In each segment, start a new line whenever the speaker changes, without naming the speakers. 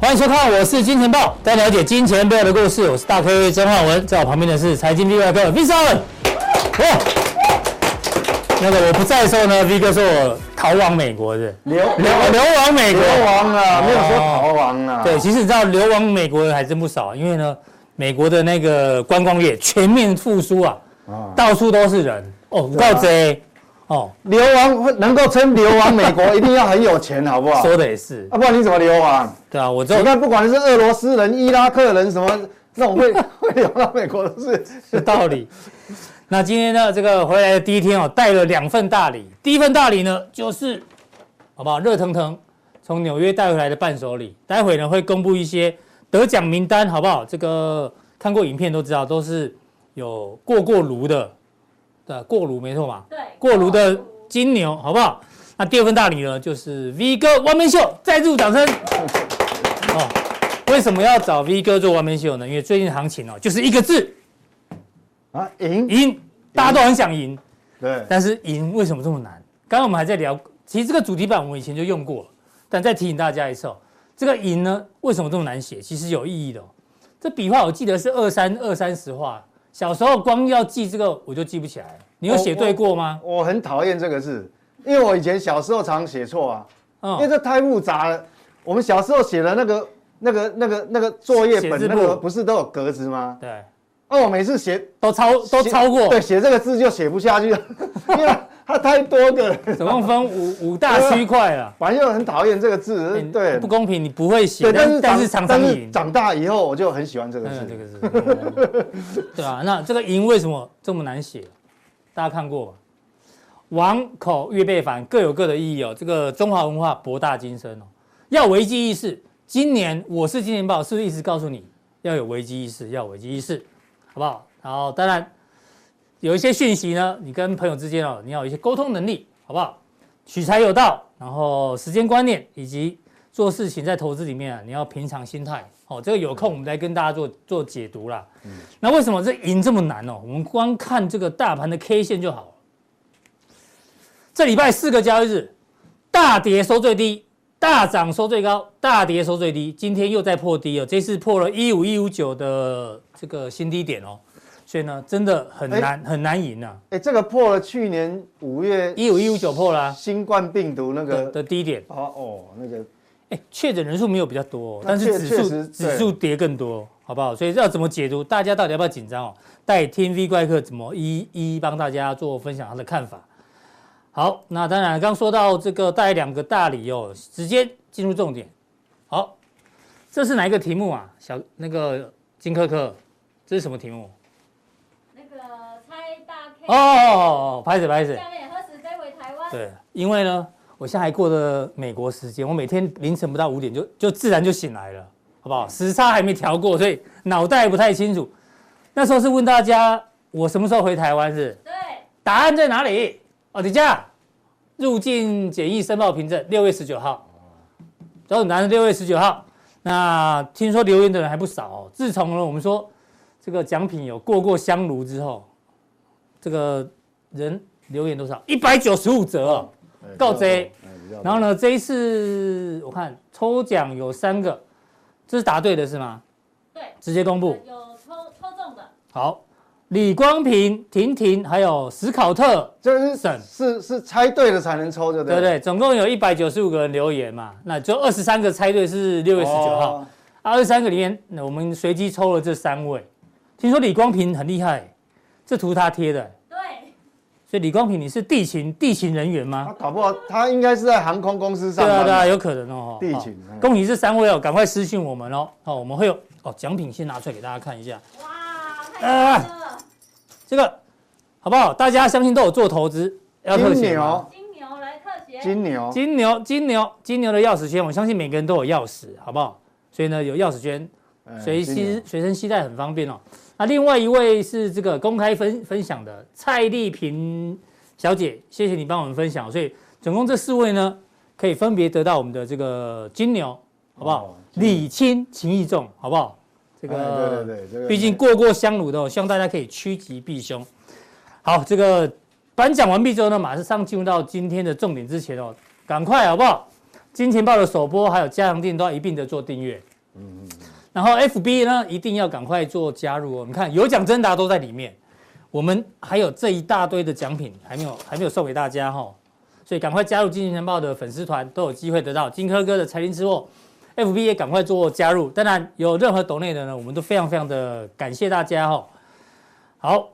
欢迎收看，我是金钱豹，带了解金钱背后的故事。我是大 K 曾焕文，在我旁边的是财经 V 外哥 V 三文。哇，那个我不在的时候呢，V 哥说我逃往美国的，
流流
流流亡美国。
流亡啊，没有说逃亡啊。
对，，其实你知道流亡美国人还真不少，啊因为呢，美国的那个观光业全面复苏啊，
啊
到处都是人哦，够贼哦，
流亡会能够称流亡美国，一定要很有钱，好不好？
说的也是，
啊，不然你怎么流亡？
对啊，我这
你看，不管是俄罗斯人、伊拉克人什么，那种 会会流到美国都是。
有道理。那今天呢，这个回来的第一天哦，带了两份大礼。第一份大礼呢，就是好不好？热腾腾从纽约带回来的伴手礼，待会呢会公布一些得奖名单，好不好？这个看过影片都知道，都是有过过炉的，对，过炉没错嘛？
对，
过炉的金牛，好不好？那第二份大礼呢，就是 V 哥完美秀，再度掌声。哦，为什么要找 V 哥做完美秀呢？因为最近行情哦，就是一个字，
啊，赢，
赢，大家都很想
嗯
赢，
对，
但是赢为什么这么难？刚刚我们还在聊，其实这个主题板我们以前就用过了，但再提醒大家一次哦，这个赢呢为什么这么难写？其实有意义的哦。这笔画我记得是二三二三十画，小时候光要记这个我就记不起来。你有写对过吗？
我很讨厌这个字，因为我以前小时候常写错啊，因为
嗯，
这太复杂了。我们小时候写的那个、那个、那个、那个作业
写字
本，
簿
那个不是都有格子吗？
对，
哦，我每次写
都超都
写
超过，
对，写这个字就写不下去了， 因为它太多个了。
总共分五五大区块了。
反正我很讨厌这个字，
哎
对，啊
不公平，你不会写，
对，但
但
是
但是
长
常常
但是
赢。
长大以后我就很喜欢这个
嗯，这
字，
个是，对啊，那这个赢为什么这么难写？大家看过吧？王口预备凡各有各的意义哦。这个中华文化博大精深哦，要危机意识。今年我是今年报，是不是一直告诉你要有危机意识，要有危机意识，好不好？然后当然有一些讯息呢，你跟朋友之间哦，你要有一些沟通能力，好不好？取财有道，然后时间观念以及做事情在投资里面啊，你要平常心态。好、这个有空我们来跟大家做做解读啦。那为什么这赢这么难哦？我们光看这个大盘的 K 线就好了。这礼拜四个交易日，大跌收最低，大涨收最高，大跌收最低，今天又在破低哦，这次破了一五一五九的这个新低点哦，所以呢，真的很难、很难赢啊，
哎，这个破了去年五月
一五一五九破啦、
新冠病毒那
的
个，
的低点。
哦哦，那个
哎，确诊人数没有比较多、哦，
那
但是
确
指
确
数
实
指数跌更多，好不好？所以要怎么解读？大家到底要不要紧张哦？带天 V 怪客怎么一一一帮大家做分享他的看法。好，那当然刚说到这个带两个大理由，直接进入重点。好，这是哪一个题目啊？小那个金科科，这是什么题目？
那个猜大 K
哦哦哦，哦，拍子拍子。
下面何时飞回台湾？
对，因为呢，我现在还过着美国时间，我每天凌晨不到五点就就自然就醒来了，好不好？时差还没调过，所以脑袋不太清楚。那时候是问大家，我什么时候回台湾是？
对，
答案在哪里？哦，底下入境检疫申报凭证，六月十九号。然后答案六月十九号。那听说留言的人还不少哦。自从呢，我们说这个奖品有过过香炉之后，这个人留言多少？一百九十五折、哦。
哎
够贼，然后
呢？
呢，这一次我看抽奖有三个，这是答对的是吗？
对，
直接公布。
有抽抽中的，
好，李光平、婷婷还有史考特，
这是
省
是是猜对了才能抽，对不
对
对？
不对？总共有一百九十五个人留言嘛，那就二十三个猜对是六月十九号，啊
哦，
二十三个里面，那我们随机抽了这三位。听说李光平很厉害，这图他贴的，
对，
所以李光平你是地勤地勤人员吗
他？搞不好他应该是在航空公司
对
上
啊，
班，
对啊，有可能哦。
地
哦
勤嗯
恭喜这三位哦，赶快私信我们哦。哦，我们会有哦奖品先拿出来给大家看一下，
哇，太
啊
棒了！
这个好不好？大家相信都有做投资，要特
金
写吗
牛，
金牛来特写，
金牛，
金牛，金牛，金牛的钥匙圈，我相信每个人都有钥匙，好不好？所以呢，有钥匙圈
哎
随
金牛
携随身携带很方便哦。那另外一位是这个公开分分享的蔡丽萍小姐，谢谢你帮我们分享，所以总共这四位呢，可以分别得到我们的这个金牛，好不好？
哦金牛
礼轻情意重，好不好？这个、
哎对对对这个
毕竟过过香炉的哦，希望大家可以趋吉避凶。好，这个颁奖完毕之后呢，马上进入到今天的重点之前哦，赶快好不好？金钱豹的首播还有加强订都要一并的做订阅，然后 FB 呢，一定要赶快做加入哦。你看有奖征答都在里面，我们还有这一大堆的奖品还没有还没有送给大家哈、哦，所以赶快加入金钱晨报的粉丝团，都有机会得到金科哥的财经之货。FB 也赶快做加入，当然有任何抖内的呢，我们都非常非常的感谢大家哈、哦。好，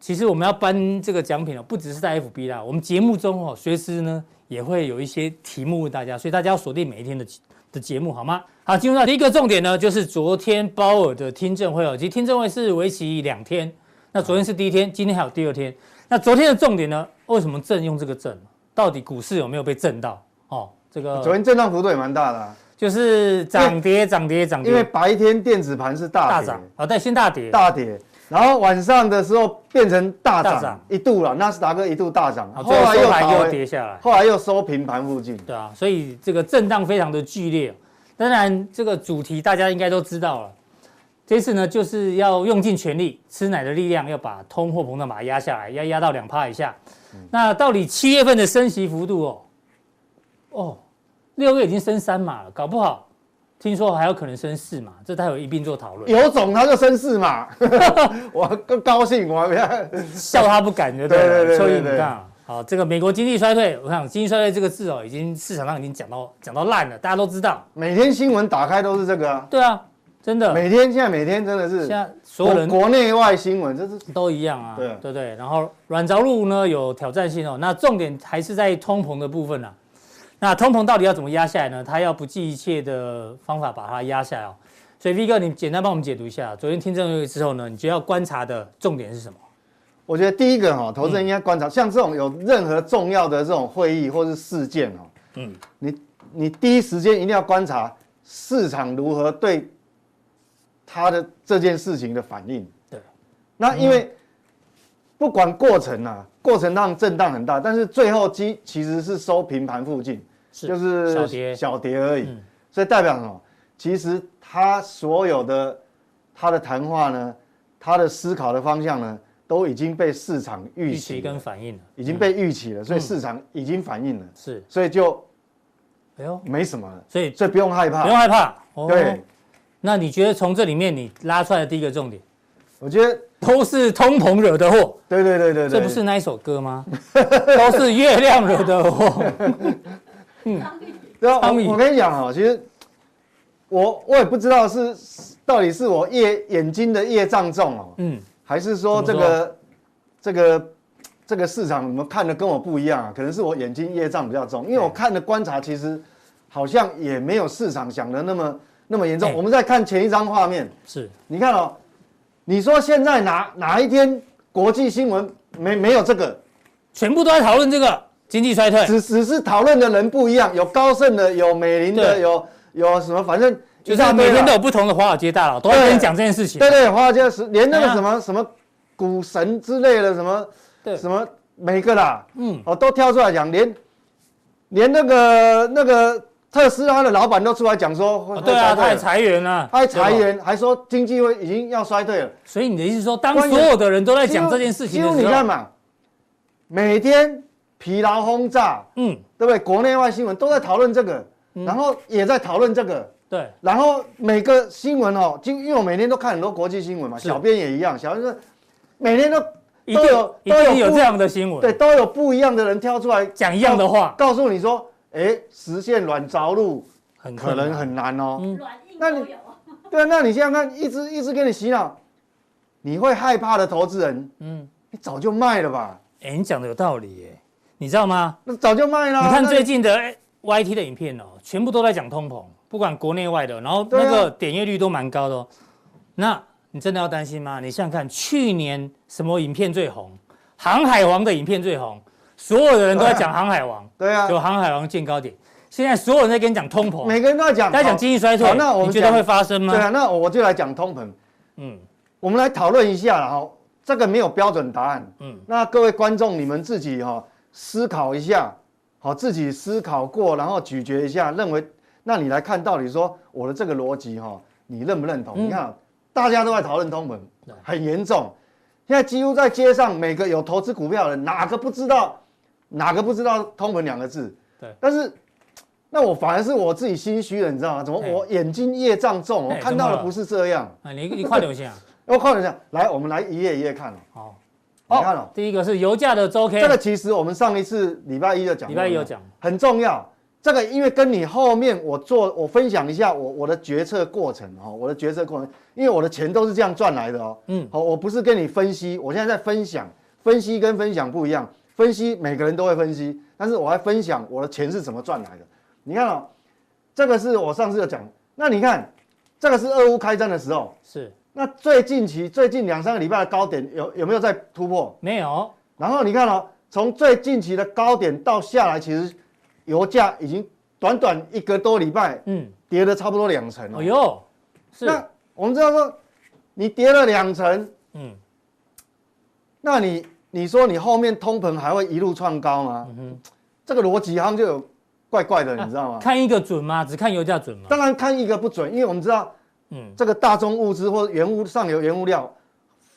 其实我们要颁这个奖品哦，不只是在 FB 啦，我们节目中哦，随时呢也会有一些题目问大家，所以大家要锁定每一天的的节目好吗？好，进入到第一个重点呢，就是昨天鲍尔的听证会哦，其实听证会是为期两天，那昨天是第一天，今天还有第二天。那昨天的重点呢，为什么震用这个震？到底股市有没有被震到？哦，这
昨
个
天震荡幅度也蛮大的啊、
就是涨跌涨跌涨
因为
跌，
白天电子盘是大
嗯大
跌
涨，好，但先大跌，
大跌，然后晚上的时候变成大
大
涨
涨，
一度了，纳斯达克一度大涨，
好，
后
最后
来
收
又
盘
打
又
回
跌下来。
后来又收平盘附近。
对啊，所以这个震荡非常的剧烈哦。当然，这个主题大家应该都知道了。这次呢，就是要用尽全力，吃奶的力量，要把通货膨胀把它压下来，要压到两帕以下。
嗯
那到底七月份的升息幅度哦，哦，六月已经升三码了，搞不好听说还有可能升四码，这待会一并做讨论。
有种他就升四嘛， 我更高兴，我还没看
笑他不敢就对
对
了。
对对
蚯蚓
对
你看啊，好，这个美国经济衰退，我想经济衰退这个字哦，已经市场上已经讲到讲到烂了，大家都知道。
每天新闻打开都是这个啊，
对啊，真的。
每天现在每天真的
现
是
在所有人
国国内外新闻，这是
都一样啊，
对啊
对不对？然后软着陆呢有挑战性哦，那重点还是在通膨的部分啦、那通膨到底要怎么压下来呢？它要不计一切的方法把它压下来哦。所以 V 哥，你简单帮我们解读一下，昨天听证会之后呢，你觉得要观察的重点是什么？
我觉得第一个哈、投资人应该观察，像这种有任何重要的这种会议或是事件哦，
嗯
嗯，你你第一时间一定要观察市场如何对他的这件事情的反应。
对，
那因为不管过程啊，过程上震荡很大，但是最后基其实是收平盘附近，
是
就是
小跌
小跌而已。
嗯
所以代表什么？其实他所有的他的谈话呢，他的思考的方向呢，都已经被市场预
预
期
期
了
跟嗯反应了
已经被预期了，所以市场已经反应了，
是，
所以就
哎呦，
没什么了，
所以
所以不用害
不
怕。
用害怕。哦
对，，
那你觉得从这里面你拉出来的第一个 重点，
我觉得
都是通膨惹的祸。
对对对对
这
对，
不是那一首歌吗？ 都是月亮惹的祸。
张力
对啊，
苍蝇
我我跟你讲哈、其实我我也不知道是到底是我业眼睛的业障重哦，
嗯，
还是说这
怎么
个这个这个市场你们看的跟我不一样啊？可能是我眼睛业障比较重，因为我看的观察其实好像也没有市场想的那么那么严重。
哎
我们再看前一张画面，
是
你看哦，你说现在哪哪一天国际新闻没没有这个？
全部都在讨论这个经济衰退，
只只是讨论的人不一样，有高盛的，有美林的，
对
有有什么，反正
就是
一大堆
每
啦
天都有不同的华尔街大佬都在跟你讲这件事情。啊
对对，华尔街是连那个
对啊
什么什么股神之类的什么
对
什么每个啦，
嗯，
哦都跳出来讲，连连那个那个特斯拉的老板都出来讲说会，
哦对啊，
会
他还
衰退了
裁员了，
他还裁
对吧。
员，还说经济会已经要衰退了。
所以你的意思是说，当
官员
所有的人都在讲这件事情的
因为
时
你看
候，
嘛，每天疲劳轰炸，
嗯，
对不对？国内外新闻都在讨论这个，然后也在讨论这个，
对，
然后每个新闻哦，就因为我每天都看很多国际新闻嘛，
是
小编也一样，小编说每天都
一
都
定
有
一
都有
定有
不
这样的新闻，
对，都有不一样的人跳出来
讲一样的话，
告诉你说，哎，实现软着陆
很
可
困难
能很难哦。
嗯
软硬
那
都
你
有。
对啊，那你想想看，一直一直给你洗脑，你会害怕的投资人，
嗯，
你早就卖了吧？
哎，你讲的有道理耶，你知道吗？
那早就卖了。
你看
那
最近的哎 YT 的影片哦，全部都在讲通膨，不管国内外的，然后
对啊
那个点阅率都蛮高的哦。那你真的要担心吗？你想想看，去年什么影片最红？航海王的影片最红，所有的人都在讲航海王，
对啊，
就航海王见高点。现在所有人在跟你讲通膨，
每个人都在讲，
大家讲
好
经济衰退
好，那我
你
们
觉得
讲
会发生
对
吗？
啊，那我就来讲通膨。
嗯
我们来讨论一下啦哈，这个没有标准答案。
嗯，
那各位观众，你们自己哈、思考一下，好，自己思考过，然后咀嚼一下，认为，那你来看到底说我的这个逻辑哈，你认不认同？
嗯
你看，大家都在讨论通膨
对，
很严重，现在几乎在街上每个有投资股票的人，哪个不知道，哪个不知道通膨两个字？
对，
但是。那我反而是我自己心虚了，你知道吗？怎么
哎
我眼睛业障重，我
哎
看
怎
到
么
的
了
不是这样。
啊，你你快点一下，
我看了一下，来，我们来一页一页看哦。
好，
你看哦，
第一个是油价的周 K，
这个其实我们上一次礼拜一就讲过了，
礼拜一有讲，
很重要。这个因为跟你后面我做我分享一下我我的决策过程哦，我的决策过程，因为我的钱都是这样赚来的哦。
嗯，
好，我不是跟你分析，我现在在分享，分析跟分享不一样，分析每个人都会分析，但是我还分享我的钱是怎么赚来的。你看哦，这个是我上次有讲，那你看这个是俄乌开战的时候，
是
那最近期最近两三个礼拜的高点有有没有在突破？
没有，
然后你看哦，从最近期的高点到下来，其实油价已经短短一个多礼拜
嗯，
跌了差不多两成哦
哎。呦，是，
那我们知道说，你跌了两成，
嗯
那你你说你后面通膨还会一路创高吗？
嗯哼，啊
这个逻辑好像就有怪怪的，你知道吗？
看一个准吗？只看油价准吗？
啊当然看一个不准，因为我们知道
嗯，
这个大宗物资或原物上游原物料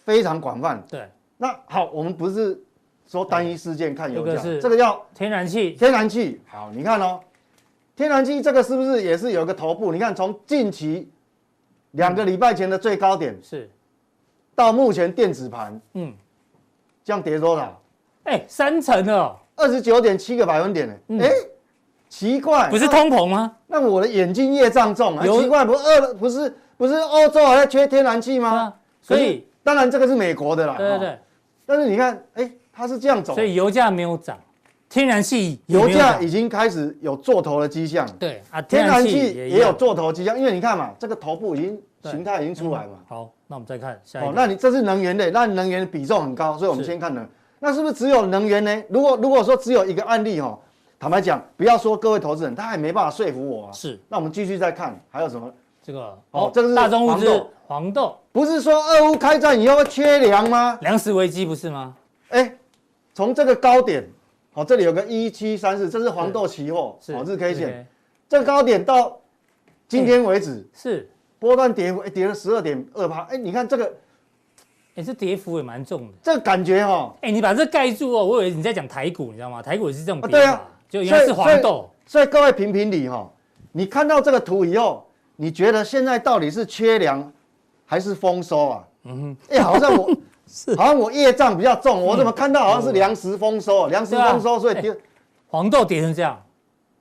非常广泛。
对，
那好，我们不是说单一事件看油
这
价
个是，
这个要
天然气，
天然气。好，你看哦，天然气这个是不是也是有一个头部？你看从近期两个礼拜前的最高点
是，
到目前电子盘
嗯，
这样跌多少？
哎，三成了哦，
二十九点七个百分点呢、
嗯
哎、奇怪，
不是
那
通膨吗？
那我的眼睛业障重啊，
有
奇怪，不是二不是不是欧洲还在缺天然气
对
吗？
啊，所
可是
以，
当然这个是美国的啦，
对对
哦
对，
但是你看，哎、它是这样走，
所以油价没有涨，天然气也没
油
有
价
涨
已经开始有做头的迹象，
对啊，
天然气
也
也有做头迹象，因为你看嘛，这个头部已经
对
形态已经出来嘛
嗯。好，那我们再看下一
哦
个，，
那你这是能源类，那能源比重很高，所以我们
是
先看能。那是不是只有能源呢？如果如果说只有一个案例哦，坦白讲，不要说各位投资人，他也没办法说服我啊。
是
那我们继续再看还有什么？
这个
哦这个是
大宗物
黄
资
豆
黄豆
不是说俄乌开战以后会缺粮吗？
粮食危机不是吗？
哎，从这个高点，好、这里有个一七三四，这是黄豆期货，
是
好、日哦 K 线，这个高点到今天为止，
是，
波段跌幅哎跌了十二点二趴，哎，你看这个
也是哎跌幅也蛮重的。
这个感觉哈、哦，
哎，你把这盖住哦，我以为你在讲台股，你知道吗？台股也是这种
啊
跌
对啊
法，就原来是黄豆，
所以各位评评理哈、你看到这个图以后，你觉得现在到底是缺粮还是丰收啊？嗯哼，哎、好像我
是嗯
好像我业障比较重，我怎么看到好像是粮食丰收啊？粮食
对啊
丰收，所以
哎
跌，
黄豆跌成这样。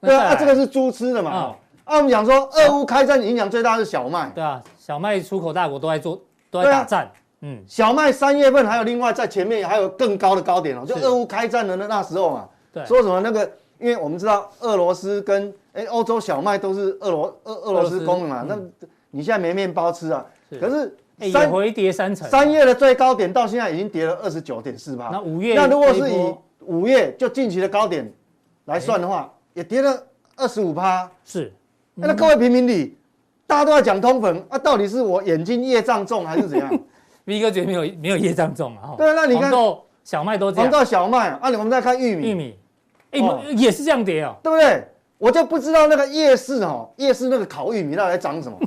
那
对
再
啊，啊
来
这个是猪吃的嘛。
啊
哦啊，我们讲说俄乌开战影响最大的是小麦，
对啊，小麦出口大国都在做，都在
对啊
打战。嗯，
小麦三月份还有另外在前面还有更高的高点哦，就是俄乌开战的那那时候嘛。
对，
说什么那个，因为我们知道俄罗斯跟哎欧洲小麦都是俄罗俄俄罗斯供的嘛，那你现在没面包吃啊？
嗯是
可是
哎也
三
回跌三成。
三，月的最高点到现在已经跌了二十九点四八，
那五月
那如果是
这一
以
波哎
五月就近期的高点来算的话，也跌了二十五趴。哎
是
那
嗯
各位评评理，大家都在讲通膨啊，到底是我眼睛业障重还是怎样？
V 哥觉得没有没有业障重啊。哦
对啊那你看
黄豆、小麦都这
黄
样，
豆、小麦啊，我们再看玉米
玉，米，哎
哦
也是这样跌哦。
对不对？我就不知道那个夜市哦，夜市那个烤玉米到底在涨什么。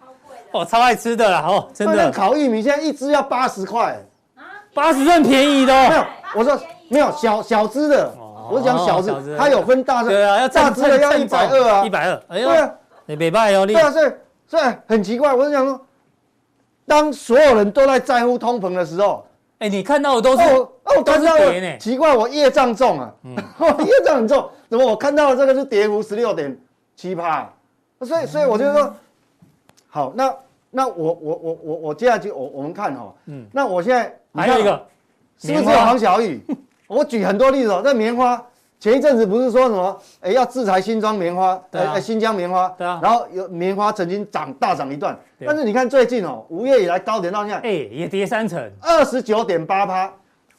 超贵的
哦我超爱吃的啦，哦， 真
那那
的，
烤玉米现在一只要八十块，
啊！
八十算便宜的
没
哦。
有，我说没有小小只的
哦，
我讲小只
小只的，
它有分大只，
对啊，要
大
站
只的要一百二啊
一，百二。哎呦
对，啊，
你北拜哦，你
对啊，所以所以很奇怪，我就想说，当所有人都在在乎通膨的时候，
哎，你看到的都是
哦哦，我
都
看
是
到
跌呢嗯
了，奇怪，我业障重啊，我 业障很重，怎么我看到了这个是跌幅十六点七趴，所
嗯
以所以我就说，好，那那我我我我我接下去我我们看哈，
嗯
嗯，那我现在你
还有
看
一个
是不
棉
是有
花
黄小雨？ 我举很多例子哦，那棉花前一阵子不是说什么，哎，要制裁新庄棉花，
对啊
哎，哎新疆棉花，
对啊
然后有棉花曾经涨大涨一段，
对
但是你看最近哦，五月以来高点到现在
哎也跌三成，
二十九点八趴，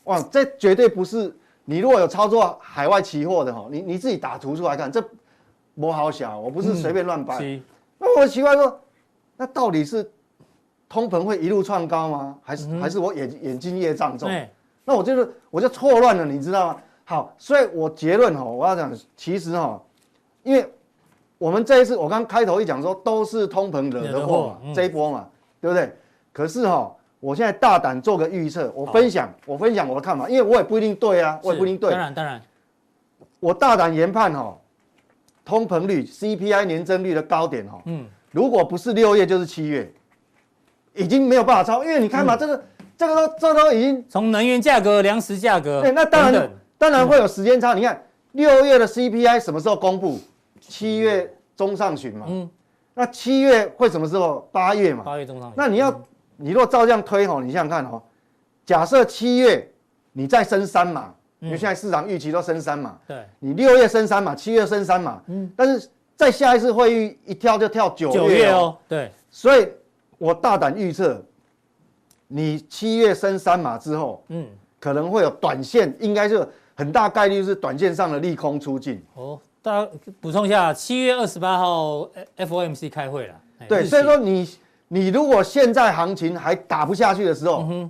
哇，这绝对不是你如果有操作海外期货的哈，你你自己打图出来看，这不好想，我不是随便乱掰。
嗯是
那我奇怪说，那到底是通膨会一路窜高吗？还是、
嗯哼
还是我眼眼睛业障重？
哎
那我就是我就错乱了，你知道吗？好，所以我结论哈，我要讲，其实哈，因为我们这一次我刚开头一讲说都是通膨惹
惹的祸
的祸嘛，
嗯
这一波嘛，对不对？可是哈，我现在大胆做个预测，我分享我分享我的看法，因为我也不一定对啊，我也不一定
是
对
当，然当然
我大胆研判哈，哦通膨率 CPI 年增率的高点哦，
嗯，
如果不是六月就是七月，已经没有办法超，因为你
嗯
看嘛，这个这个都这个都已经
从能源价格、粮食价格，
对，哎那当然
等等
当然会有时间差。你看六月的 CPI 什么时候公布？七月中上旬嘛。
嗯，
那七月会什么时候？八月嗯嘛。
八月中上旬，
那你要你若照这样推吼，你想想看哦，假设七月你再升三码，因为现在市场预期都升三码，
对
你六月升三码，七月升三码，嗯，但是再下一次会议一跳就跳九
九
月
月
哦，
哦，对，
所以我大胆预测，你七月升三码之后，
嗯，
可能会有短线，应该是很大概率是短线上的利空出尽。
哦，大家补充一下，七月二十八号呃 FOMC 开会了，哎
对，
日期
所以说你你如果现在行情还打不下去的
嗯
时候，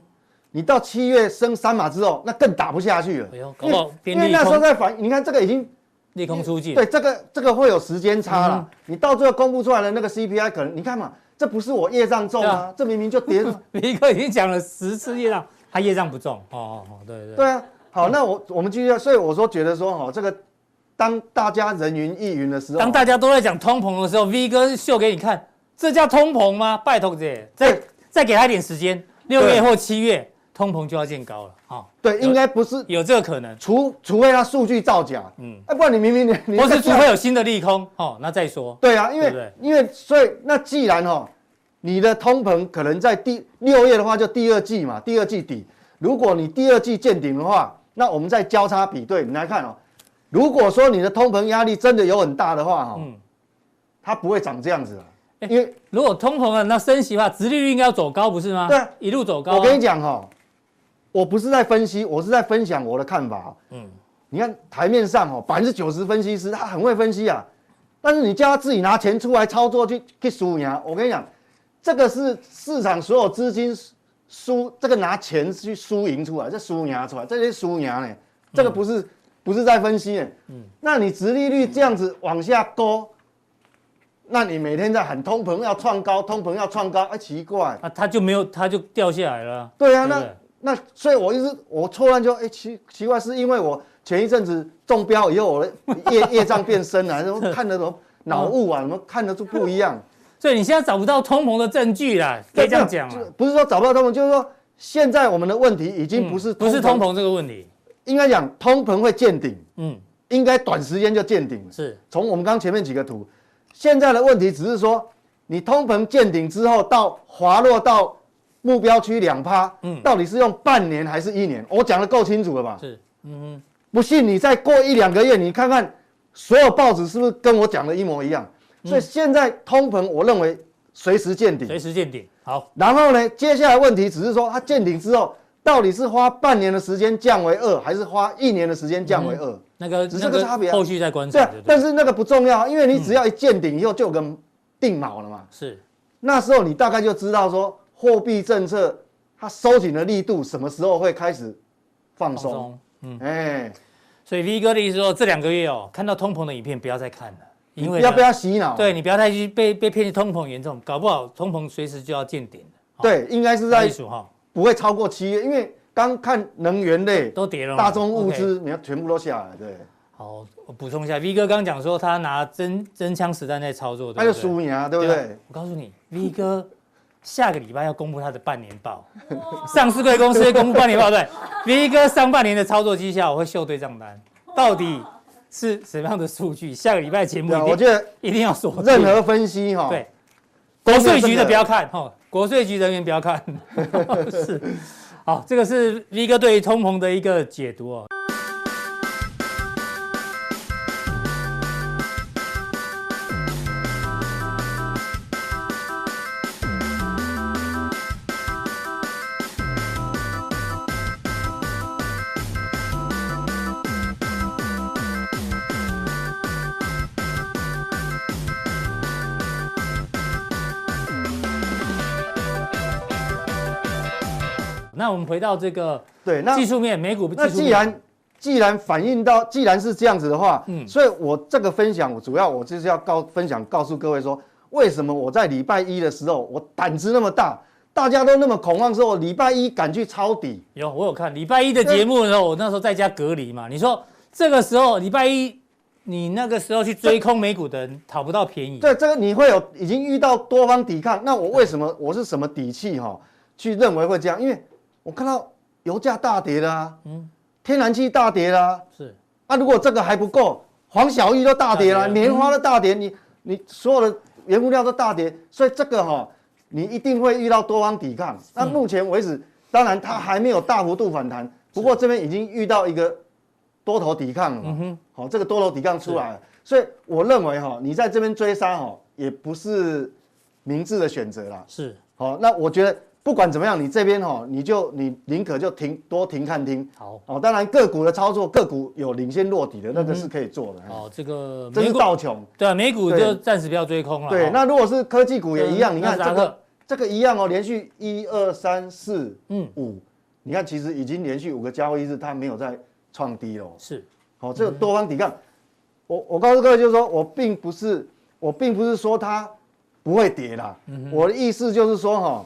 你到七月升三码之后，那更打不下去了。
哎呦搞
因
不
为
好变
因为
利
那时候
空
在反，你看这个已经
利空出尽，
对这个这个会有时间差
嗯
啦。你到最后公布出来的那个 CPI，可能你看嘛，这不是我业障重
对
啊
啊，
这明明 就跌了。
李哥已经讲了十次业障，他业障不重，哦哦哦，对对
对啊，好，那我我们继续要，所以我说觉得说哈，哦这个当大家人云亦云的时候，
当大家都在讲通膨的时候，V 哥秀给你看，这叫通膨吗？拜托姐，再
对
再给他一点时间，六
对
月或七月，通膨就要见高了啊、哦，
对应该不是
有这个可能，
除除非他数据造假，嗯
嗯，
哎，不然你明明你你
或是除非有新的利空哦，那再说。
对啊，因为
对不对
因为所以那既然哦，你的通膨可能在第六月的话就第二季嘛，第二季底，如果你第二季见顶的话，那我们再交叉比对，你来看哦，如果说你的通膨压力真的有很大的话哈、哦，
嗯
它不会长这样子了，
哎
因为
如果通膨了，那升息的话，殖利率应该要走高，不是吗？
对啊
一路走高啊、
我跟你讲哈、哦，我不是在分析，我是在分享我的看法、哦。
嗯，
你看台面上哦，百分之九十分析师他很会分析啊，但是你叫他自己拿钱出来操作去去输赢啊，我跟你讲，这个是市场所有资金输这个拿钱去输赢出来，这输赢出来，这些输赢呢，这个不是、不是在分析呢，啊
嗯
那你殖利率这样子往下勾，那你每天在喊通膨要创高，通膨要创高，哎、奇怪，
啊，它就没有，它就掉下来了啊。
对
对
啊，
不
那
对
那所以我一直我错乱就哎、奇奇怪，是因为我前一阵子中标以后，我的业业障变深啊 了，然后看得懂脑雾啊，什么看得出不一样。
所以你现在找不到通膨的证据啦，可以这样讲啊
就
啦。
不是说找不到通膨，就是说现在我们的问题已经不是
嗯不是通，膨这个问题，
应该讲通膨会见顶，
嗯，
应该短时间就见顶了。
是
从我们刚前面几个图，现在的问题只是说，你通膨见顶之后到滑落到目标区两趴，
嗯
到底是用半年还是一年？我讲的够清楚了吧？
是，嗯
不信你再过一两个月，你看看所有报纸是不是跟我讲的一模一样？所以现在通膨，我认为随时见
嗯哼，随
顶。
时见顶。好，
然后呢，接下来问题只是说它啊见顶之后，到底是花半年的时间降为二，还是花一年的时间降为二？
那个
只是
那
个差别啊
后续再观
对
察
啊，，
嗯对不对
但是那个不重要啊，因为你只要一见顶以后就有个定锚了嘛。
是
那时候你大概就知道说货币政策它收紧的力度什么时候会开始放
放
松。
松，嗯。
哎，
所以 V 哥的意思说，这两个月哦，看到通膨的影片不要再看了，因为呢
要不要洗脑？
对你不要太去被被骗去通膨严重，搞不好通膨随时就要见顶了。好，
对，应该是啊在
艺术哈
不会超过七月，因为刚看能源类、
都跌了嘛，
大宗物
OK。
资，你要全部都下来，对，
好，我补充一下，V 哥刚讲说他拿真真枪实弹在操作，
那
对
就
不对？
输赢啊，对不
啊
对？？
我告诉你，V 哥下个礼拜要公布他的半年报， 上市贵公司会公布半年报，对？V 哥上半年的操作绩效，我会秀对账单，到底是什么样的数据？下个礼拜节目
对啊，
一
我
定
觉得
一定要锁定。
任何分析哈，
对，国税
真
局
的
的不要看哈、哦，国税局人员不要 看。是，好，这个是 V 哥对于通膨的一个解读哦。那我们回到这个
对，那
技术面，美股技术
那
面。
既然既然反映到，既然是这样子的话，
嗯
所以我这个分享，我主要我就是要告分享告诉各位说，为什么我在礼拜一的时候，我胆子那么大，大家都那么恐慌之后，礼拜一敢去抄底，
有，我有看礼拜一的节目的时候，我那时候在家隔离嘛。你说这个时候礼拜一你那个时候去追空美股的人，讨不到便宜。
对，这个你会有已经遇到多方抵抗，那我为什么我是什么底气哈、去认为会这样？因为我看到油价大跌啦、
嗯
天然气大跌啦、
是
啊，如果这个还不够，黄小玉都大跌
大跌了
了，莲花都大跌，你你所有的原物料都大跌，所以这个哈、你一定会遇到多方抵抗。那目前为止，当然它还没有大幅度反弹，不过这边已经遇到一个多头抵抗了嘛，好、这个多头抵抗出来了，所以我认为哈、你在这边追杀哈、也不是明智的选择啦。
是，
好、那我觉得不管怎么样，你这边哈、你就你宁可就停多停看停，
好
哦，当然个股的操作，个股有领先落底的那个是可以做的，哎
哦，这个
嗯这
美
是
股
道琼。
对啊，美股
对
就暂时不要追空了。
对，
哦
那如果是科技股也一
嗯
样，你看
纳斯达克
这个这个一样哦，连续一二三四
嗯
五，你看其实已经连续五个交易日它没有再创低了哦，
是
好，这个
嗯
多方抵抗，我我告诉各位就是说我并不是我并不是说它不会跌啦，
嗯
我的意思就是说哈、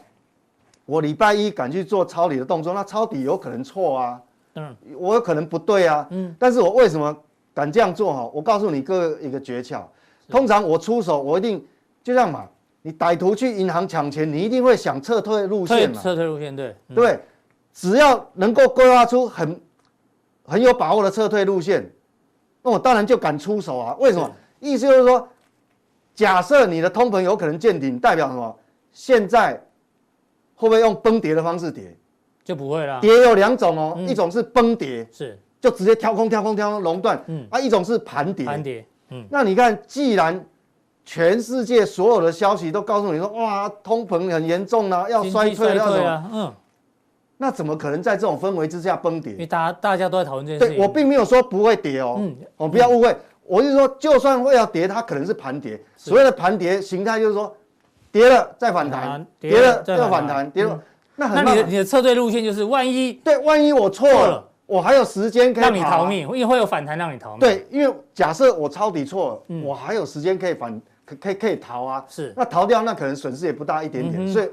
我礼拜一敢去做抄底的动作，那抄底有可能错啊，
当然
我有可能不对啊，
嗯
但是我为什么敢这样做哈？我告诉你各位一个诀窍，通常我出手，我一定就这样嘛，你歹徒去银行抢钱，你一定会想撤退路
退
线嘛，
撤退路线对嗯
对不对？只要能够规划出很很有把握的撤退路线，那我当然就敢出手啊。为什么？意思就是说，假设你的通膨有可能见顶，代表什么？现在会不会用崩跌的方式跌？
就不会啦。
跌有两种哦，
啊嗯
一种是崩跌，
是
就直接跳空、跳空、跳空熔断。
嗯
啊，一种是盘跌。
盘跌，嗯
那你看，既然全世界所有的消息都告诉你说，哇，通膨很严重啦、要
经济
衰退了，要什
退
么？
啊，嗯，
那怎么可能在这种氛围之下崩
因为
跌？
大家大家都在讨论这件事
对
情。
我并没有说不会跌哦，
嗯
哦，不要误会，我是说，就算会要跌，它可能是盘跌。
是
所谓的盘跌形态就是说，跌了再反
反
弹
弹，
跌了
跌了再
又反
反
弹，
弹
跌了
嗯，
那
那
很
你的
慢嘛。啊
你的撤退路线就是，万一
对，万一我错
错
了
了，
我还有时间可以
让你
跑啊
逃命，因为会有反弹让你逃命。，
对，因为假设我抄底错了，
嗯
我还有时间可以反，可可以可以逃啊。
是
那逃掉，那可能损失也不大一点点。
嗯哼
所以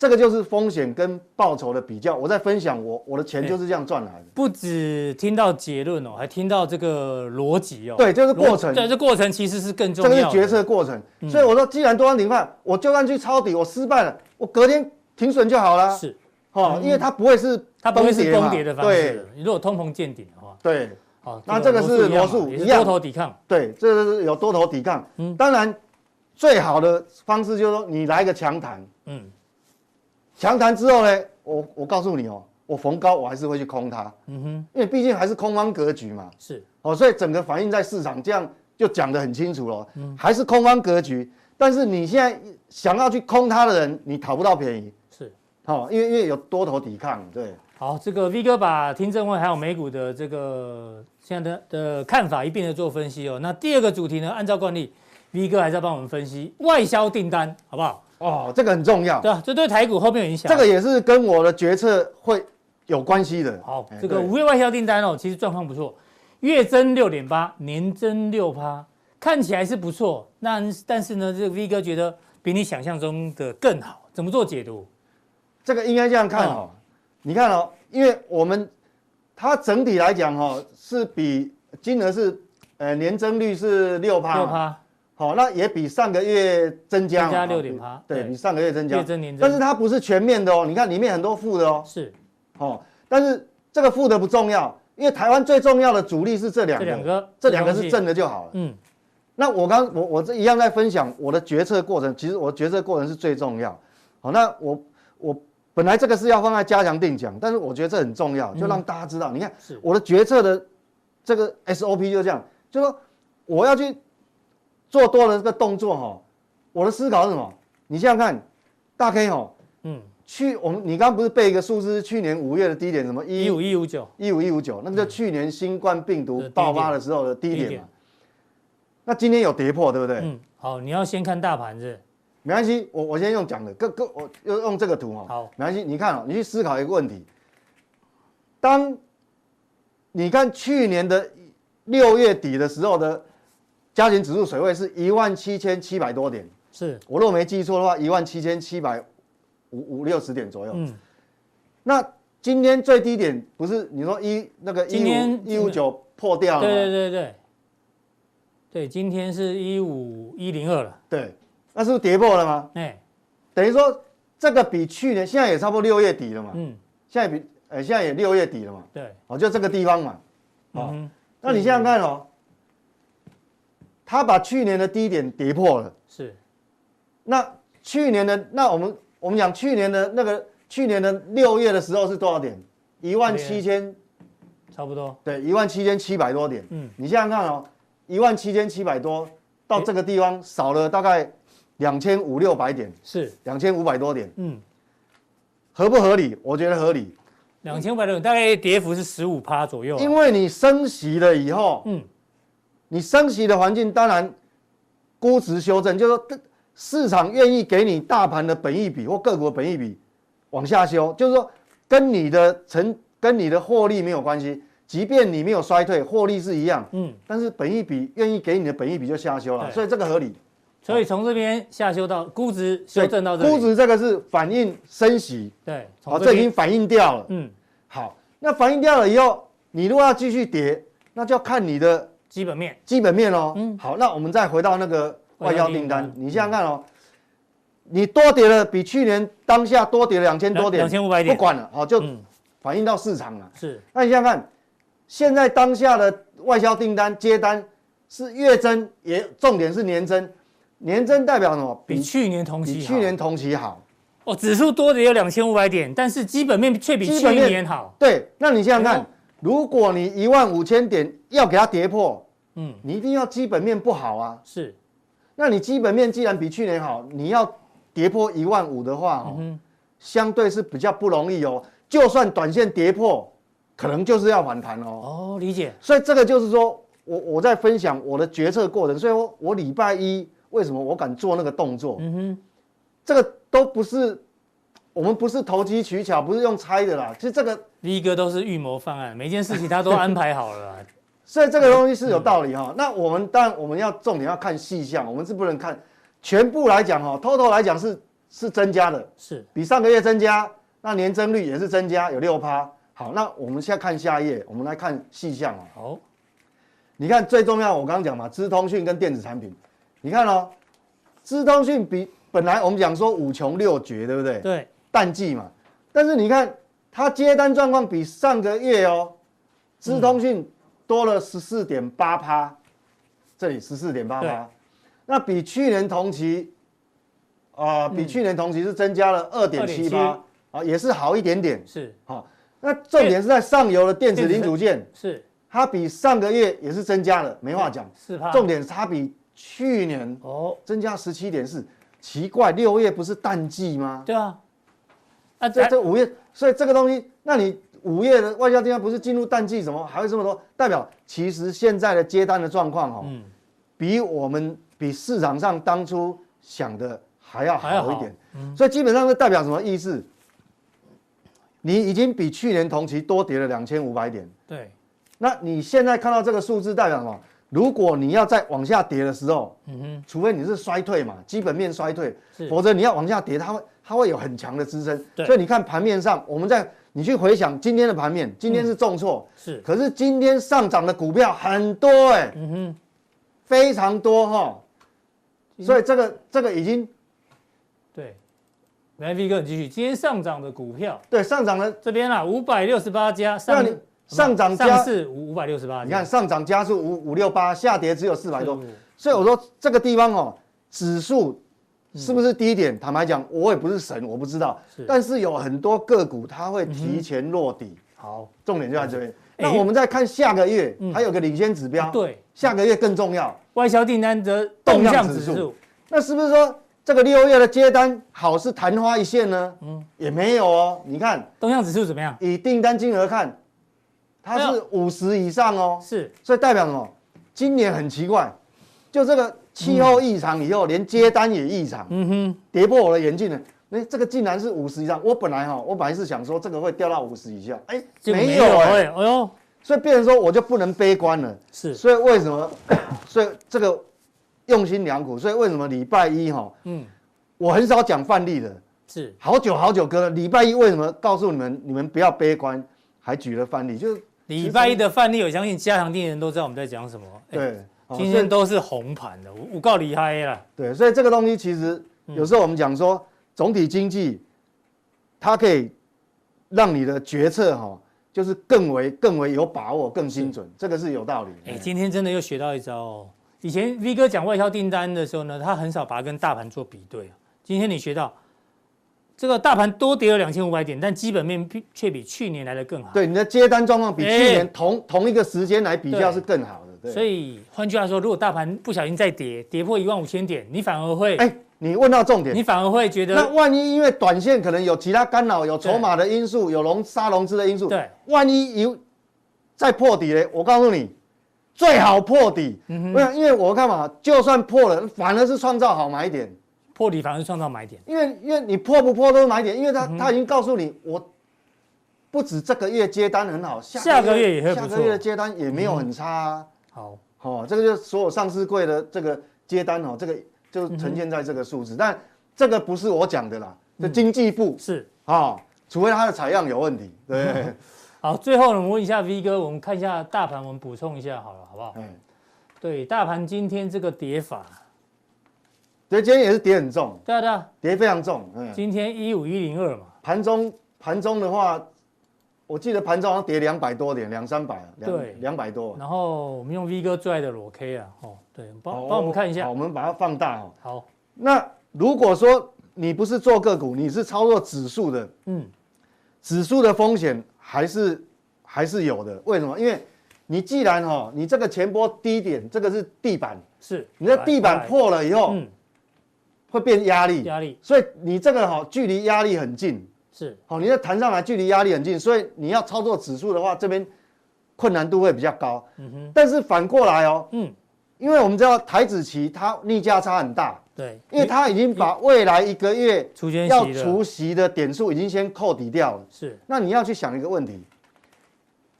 这个就是风险跟报酬的比较。我在分享我我的钱就是这样赚来的。
不止听到结论哦，还听到这个逻辑哦。
对就是过程
逻对，这过程其实是更重
这
要
个
的。嗯
是决策过程。所以我说，既然多方停范，我就算去抄底，我失败了，我隔天停损就好了。
是，嗯
哦，因为它不会是
它不会是崩跌的方式
对。
如果通膨见顶的话，
对
好，
那这个是
一样
罗
嘛
素
也是
一样
多头抵抗。
对，这就是有多头抵抗。
嗯
当然，最好的方式就是说你来一个强弹。
嗯
强弹之后呢，我我告诉你哦，我逢高我还是会去空它，
嗯哼，
因为毕竟还是空方格局嘛，
是
哦，所以整个反映在市场，这样就讲得很清楚了，
嗯
还是空方格局。但是你现在想要去空它的人，你讨不到便宜，
是。
哦，因为因为有多头抵抗，对，
好，这个 V 哥把听证会还有美股的这个现在的的看法一并的做分析哦。那第二个主题呢，按照惯例，V 哥还是要帮我们分析外销订单，好不好？
哦，这个很重要，
对啊，这对台股后面有影响。
这个也是跟我的决策会有关系的。
好
哎，
这个
对
五月外销订单哦，其实状况不错，月增六点八，年增六趴，看起来是不错。那但是呢，这个 V 哥觉得比你想象中的更好，怎么做解读？
这个应该这样看哦。你看哦，因为我们它整体来讲哦，是比金额是呃年增率是六趴，
六趴，
好、那也比上个月增加嘛，
增加6.8
啊嗯对，
对
比上个月增加，
月增年增
但是它不是全面的哦，你看里面很多负的哦，
是
哦，但是这个负的不重要，因为台湾最重要的主力是这两
这
个，
两个，
这两个
东
是
西，
正的就好了。
嗯，
那我刚我我这一样在分享我的决策过程，其实我的决策过程是最重要。好，那我我本来这个是要放在加强定讲，但是我觉得这很重要，就让大家知道。你看
是
我的决策的这个 SOP 就这样，就说我要去做多的这个动作哈，我的思考是什么？你想想看，大 K 哈，
嗯，
去我们你刚刚不是背一个数字，是去年五月的低点什么
一
一
五一五九，
一五一五九，那个就去年新冠病毒
嗯
爆发的时候的低点嘛。那今天有跌破，对不对？
嗯，好，你要先看大盘是
没关系，我我先用讲的，各各我用用这个图哈、
好
没关系，你看哦，你去思考一个问题。当你看去年的六月底的时候的加权指数水位是一万七千七百多点，
是，
我若没记错的话，一万七千七百五五六十点左右。
嗯，
那今天最低点不是你说一那个一
今天
啊五一五九破掉了吗？
对对对对，对，今天是一五一零二了，
对，那是不是跌破了吗？
哎，
等于说这个比去年现在也差不多六月底了嘛，
嗯，
现在比呃现在也六月底了嘛，
对，
哦，就这个地方嘛，哦，
嗯哼，
那你想想看哦，它把去年的低点跌破了，
是，
那去年的那我们我们讲去年的那个去年的六月的时候是多少点？一万七千
差不多，
对，一万七千七百多点。
嗯，
你想想看哦，一万七千七百多到这个地方少了大概两千五六百点，
是，
两千五百多点，
嗯，
合不合理？我觉得合理，
两千五百六，大概跌幅是十五趴左右啊，
因为你升息了以后，
嗯，
你升息的环境当然估值修正，就是说市场愿意给你大盘的本益比或个股的本益比往下修，就是说跟你的成跟你的获利没有关系，即便你没有衰退，获利是一样，
嗯，
但是本益比愿意给你的本益比就下修了，
对
所以这个合理。
所以从这边下修到估值修正到这里，
估，值这个是反映升息，哦
对，从
好，这已经，反映掉了。
嗯，
好，那反映掉了以后，你如果要继续跌，那就要看你的
基本面，
基本面哦。
嗯
好，那我们再回到那个外交订
外
单
销订单，
你想想看哦，你多跌了，比去年当下多跌了两千多点，
2500点
不管了，好，就
嗯，
反映到市场了。
是，
那你想想看，现在当下的外销订单接单是月增，也重点是年增，年增代表什么？
比去年同期
比
好，
去年同期好。
哦，指数多的有两千五百点，但是基本面却比
基
去
本面
年好，
对，那你想想
哎呦
看，如果你一万五千点要给它跌破，
嗯，
你一定要基本面不好啊。
是，
那你基本面既然比去年好，你要跌破一万五的话、哦，
嗯
相对是比较不容易哦。就算短线跌破，可能就是要反弹
哼，
哦。
哦，理解，
所以这个就是说我我在分享我的决策过程，所以我我礼拜一为什么我敢做那个动作，
嗯哼，
这个都不是我们不是投机取巧，不是用猜的啦。其实这个
力哥都是预谋方案，每件事情他都安排好了啊，
所以这个东西是有道理哈、
嗯
那我们当然我们要重点要看细项，我们是不能看全部来讲哈、偷偷来讲是是增加的，
是，
比上个月增加，那年增率也是增加，有六趴。好，那我们现在看下一页，我们来看细项哦。
好，
你看最重要，我刚刚讲嘛，资通讯跟电子产品，你看哦，资通讯比本来我们讲说五穷六绝，对不对？
对，
淡季嘛，但是你看它接单状况比上个月哦，资通讯多了十四点八趴，这里十四点八
对
趴，那比去年同期，啊、比去年同期是增加了二点七
2.7
八，啊，也是好一点点。
是
好、那重点是在上游的电子零组件，
是
它比上个月也是增加了，没话讲。
是怕
重点是它比去年
哦，
增加十七点四，奇怪，六月不是淡季吗？
对啊，啊
哎这
这
这五月，所以这个东西，那你五月的外销订单不是进入淡季，怎么还会这么多？代表其实现在的接单的状况哦，
嗯
比我们比市场上当初想的还要
还要
好一
好嗯
点。所以基本上是代表什么意思？你已经比去年同期多跌了两千五百点，
对，
那你现在看到这个数字代表什么？如果你要再往下跌的时候，
嗯哼，
除非你是衰退嘛，基本面衰退
是，
否则你要往下跌，它会它会有很强的支撑。
对
所以你看盘面上，我们在你去回想今天的盘面，今天是重挫，
是，
可是今天上涨的股票很多哎、
嗯哼，
非常多哈。所以这个这个已经
对，来 V 哥你继续，今天上涨的股票
对上涨了，
这边啊，五百六十八家
让
上
你上涨
上
加
市五五百六十八，嗯
你看上涨加速五五六八，下跌只有四百多，
45
所以我说这个地方哦，指数是不是低点？坦白讲，我也不是神，我不知道
嗯是。嗯
但是有很多个股它会提前落底，
好，
重点就在这边。
哎
那我们再看下个月
嗯，
还有个领先指标，
对，
下个月更重要。
外销订单的动向指
动向指
数
数，那是不是说这个六月的接单好是昙花一现呢？
嗯
嗯，也没有哦。你看，
动向指数怎么样？
以订单金额看，它
哎
是五十以上哦，
是
所以代表什么？今年很奇怪，就这个气候异常以后，连接单也异常。
嗯哼，
跌破我的眼镜了。那、这个竟然是五十以上，我本来哈，我本来是想说这个会掉到五十以下，哎、
结果
没有哎、
哎，哎呦，
所以变成说我就不能悲观了。
是，
所以为什么？所以这个用心良苦。所以为什么礼拜一哈，
嗯，
我很少讲范例的，
是
好久好久隔了。礼拜一为什么告诉你们，你们不要悲观，还举了范例，就是
礼拜一的范例，我相信家常店人都知道我们在讲什么。哎
对哦
今
所以
天都是红盘的，我我够厉害了。
对，所以这个东西其实
嗯
有时候我们讲说，总体经济，它可以让你的决策哈、就是更为更为有把握、更精准，这个是有道理的。
哎、今天真的又学到一招哦。以前 V 哥讲外销订单的时候呢，他很少把它跟大盘做比对啊。今天你学到，这个大盘多跌了两千五百点，但基本面比却比去年来的更好。，
对你的接单状况比去
哎
年同、同一个时间来比较
对
是更好的。对，
所以换句话说，如果大盘不小心再跌，跌破一万五千点，你反而会，
哎，你问到重点
你，反而会觉
那
得，
万一因为短线可能有其他干扰，有筹码的因素，有融杀融资的因素，
对，
万一有再破底嘞，我告诉你，最好破底。
嗯
为
哼，
啥因为我看嘛，就算破了，反而是创造好买点，
破底反而创造买点。
因为因为你破不破都是买点，因为他、
嗯
他已经告诉你，我不止这个月接单很好，
下个月也会不
下
错嗯
个月的接单也没有很差、啊。
好，
哦，这个就是所有上市柜的这个接单哦，这个就是呈现在这个数字，但这个不是我讲的啦，这
嗯
经济部
是
啊、哦，除非它的采样有问题，对不 对，
好。最后呢，我问一下 V 哥，我们看一下大盘，我们补充一下好了，好不好？
哎，
对，大盘今天这个跌法，
所以今天也是跌很重，
对啊对啊，
跌非常重，嗯，
今天一五一零二嘛。
盘中盘中的话，我记得盘中好像跌两百多点，两三百，啊
对
两两百多，
然后我们用 V 哥最爱的裸 K 啊，哦，对，
好
帮帮我们看一
好
下
我。们把它放大哦。
好，
那如果说你不是做个股，你是操作指数的，
嗯，
指数的风险还是还是有的。为什么？因为你既然哈、哦，你这个前波低点，这个是地板，
是。
你的地板破了以
来，
后、
嗯，
会变压力，
压力
所以你这个哈、哦、距离压力很近，
是
好、你在弹上来距离压力很近，所以你要操作指数的话，这边困难度会比较高。
嗯哼，
但是反过来哦，
嗯，
因为我们知道台子期它逆价差很大，
对，
因为它已经把未来一个月
除间
要
息的
除息的点数已经先扣抵掉了。
是
那你要去想一个问题，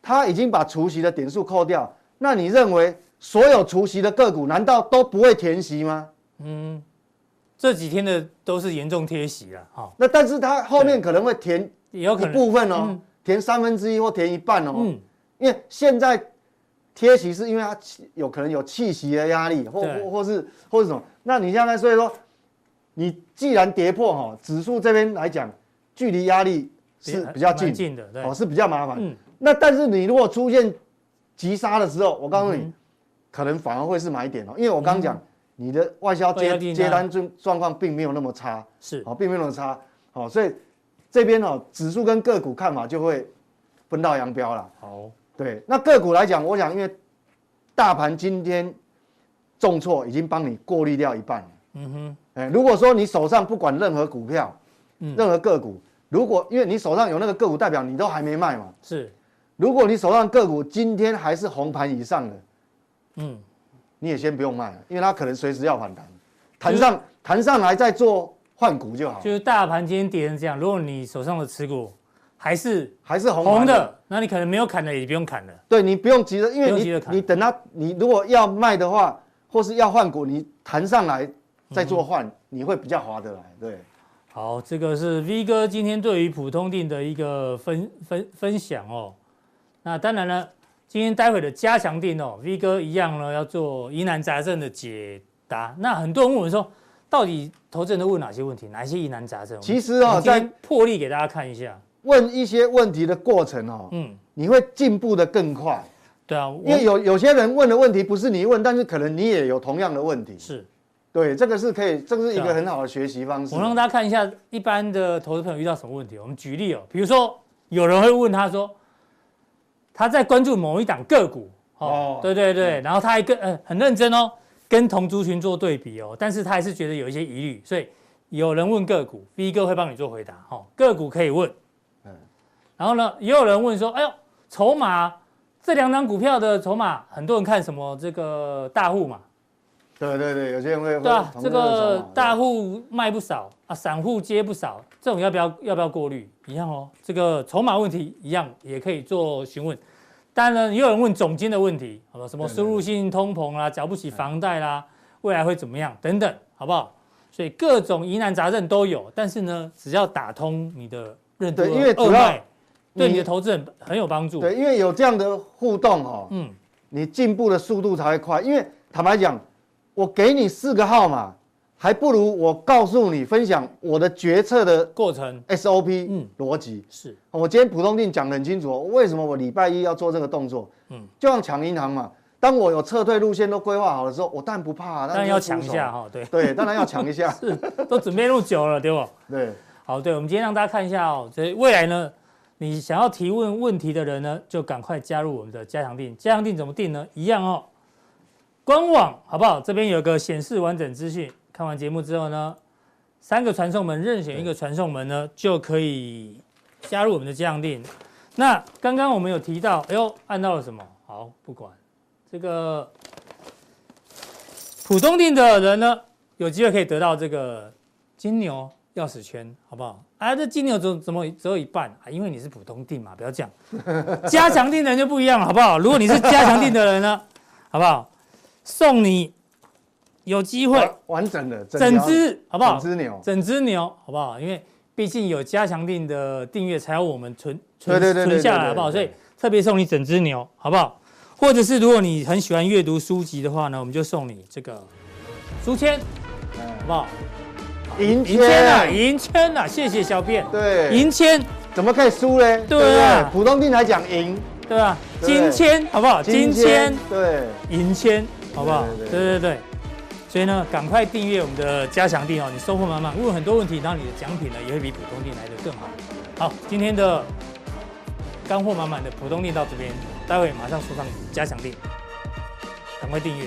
他已经把除息的点数扣掉，那你认为所有除息的个股难道都不会填息吗？
嗯，这几天的都是严重贴息了，哈，
那但是它后面可能会填
也有
一
可能，
部分哦，
嗯
填三分之一或填一半哦，
嗯，
因为现在贴息是因为它气有可能有气息的压力，或
对
或或是或是什么？那你现在所以说，你既然跌破哈、指数这边来讲，距离压力是比较
蛮
近，
近的，对
哦，，是比较麻烦。
嗯，
那但是你如果出现急杀的时候，我告诉你，
嗯
可能反而会是买点哦，因为我刚讲、你的外销
外销
接
订单
接单状状况并没有那么差，
是
哦，并没有那么差，哦，所以这边哦，指数跟个股看法就会分道扬镳了。
好，
对，那个股来讲，我想因为大盘今天重挫已经帮你过滤掉一半了。
嗯哼，
哎，如果说你手上不管任何股票、
嗯
任何个股，如果因为你手上有那个个股，代表你都还没卖嘛，
是，
如果你手上个股今天还是红盘以上的，
嗯，
你也先不用卖了，因为它可能随时要反弹，弹上弹上来再做换股就好，
就是大盘今天跌成这样，如果你手上的持股还是
还是红
红
盘的。
的，那你可能没有砍的也不用砍了，
对你不用急着，因为
不用急着
你
砍
你等它，你如果要卖的话，或是要换股，你弹上来再做换，
嗯
你会比较划得来。对，
好，这个是 V 哥今天对于普通定的一个分分分享哦。那当然了，今天待会的加强定哦，V 哥一样呢要做疑难杂症的解答。那很多人问我说，到底投资人都问哪些问题，哪些疑难杂症？
其实哦
我们今天
在
破例给大家看一下。
问一些问题的过程哦，
嗯，
你会进步的更快，
对啊，我
因为有有些人问的问题不是你问，但是可能你也有同样的问题。
是
对，这个是可以，这个是一
对
个
啊
很好的学习方式。
我让大家看一下一般的投资朋友遇到什么问题。我们举例哦，比如说有人会问他说，他在关注某一档个股，哦
哦，
对对对，然后他还跟呃很认真哦，跟同族群做对比哦，但是他还是觉得有一些疑虑，所以有人问个股，B 哥会帮你做回答，哦，个股可以问，嗯
嗯，
然后呢，也有人问说，哎呦，筹码这两档股票的筹码，很多人看什么这个大户嘛，
对对对，有些人会
对啊，
会
这个大户卖不少啊，散户接不少，这种要不要要不要过滤？一样哦，这个筹码问题一样也可以做询问。当然，也有人问总金的问题，好吧？什么
对对
输入性通膨啦、缴不起房贷啦，未来会怎么样等等，好不好？所以各种疑难杂症都有，但是呢，只要打通你的任督
对因为
二
主要
脉，对
你
你的投资很很有帮助。
对，因为有这样的互动哈、哦，
嗯，
你进步的速度才会快。因为坦白讲，我给你四个号码，还不如我告诉你分享我的决策的
过程
SOP
嗯
逻辑。哦
是
我今天普通定讲得很清楚哦，为什么我礼拜一要做这个动作？
嗯
嗯，就像抢银行嘛，当我有撤退路线都规划好的时候，我当然不怕、啊，
当然要
就出
抢一
手
下。哈， 对，
对，当然要抢一下。
都准备录久了，对不？
对，
好，对，我们今天让大家看一下哦，这未来呢，你想要提问问题的人呢，就赶快加入我们的加强定。加强定怎么定呢？一样哦，官网好不好？这边有个显示完整资讯，看完节目之后呢，三个传送门任选一个传送门呢，就可以加入我们的加强定。那刚刚我们有提到，哎呦，按到了什么？好，不管这个普通定的人呢，有机会可以得到这个金牛钥匙圈，好不好？啊，这金牛怎怎么只有一半啊？因为你是普通定嘛，不要这样。加强定的人就不一样了，好不好？如果你是加强定的人呢，好不好？送你有机会
完整的
整
条
只，好不好？
整只牛。
整只牛，好不好？因为毕竟有加强定的订阅，才有我们存存
对对对对
存下
对
来，
对
好不好？所
对
以特别送你整只牛，好不好？或者是如果你很喜欢阅读书籍的话呢，我们就送你这个书签，好不好？
嗯银
银签啊，
签，
银签啊，谢谢小便，
对，
银签，
怎么可以输嘞？
对
不
啊
对？普通定来讲赢，
对吧？
对
金签，好不好？金签，
对，
银签，好不好？对
对对
对对所以呢，赶快订阅我们的加强定哦，你收获满满，问很多问题，然后你的奖品呢也会比普通定来的更好。好，今天的干货满满的普通定到这边，待会马上送上加强定，赶快订阅。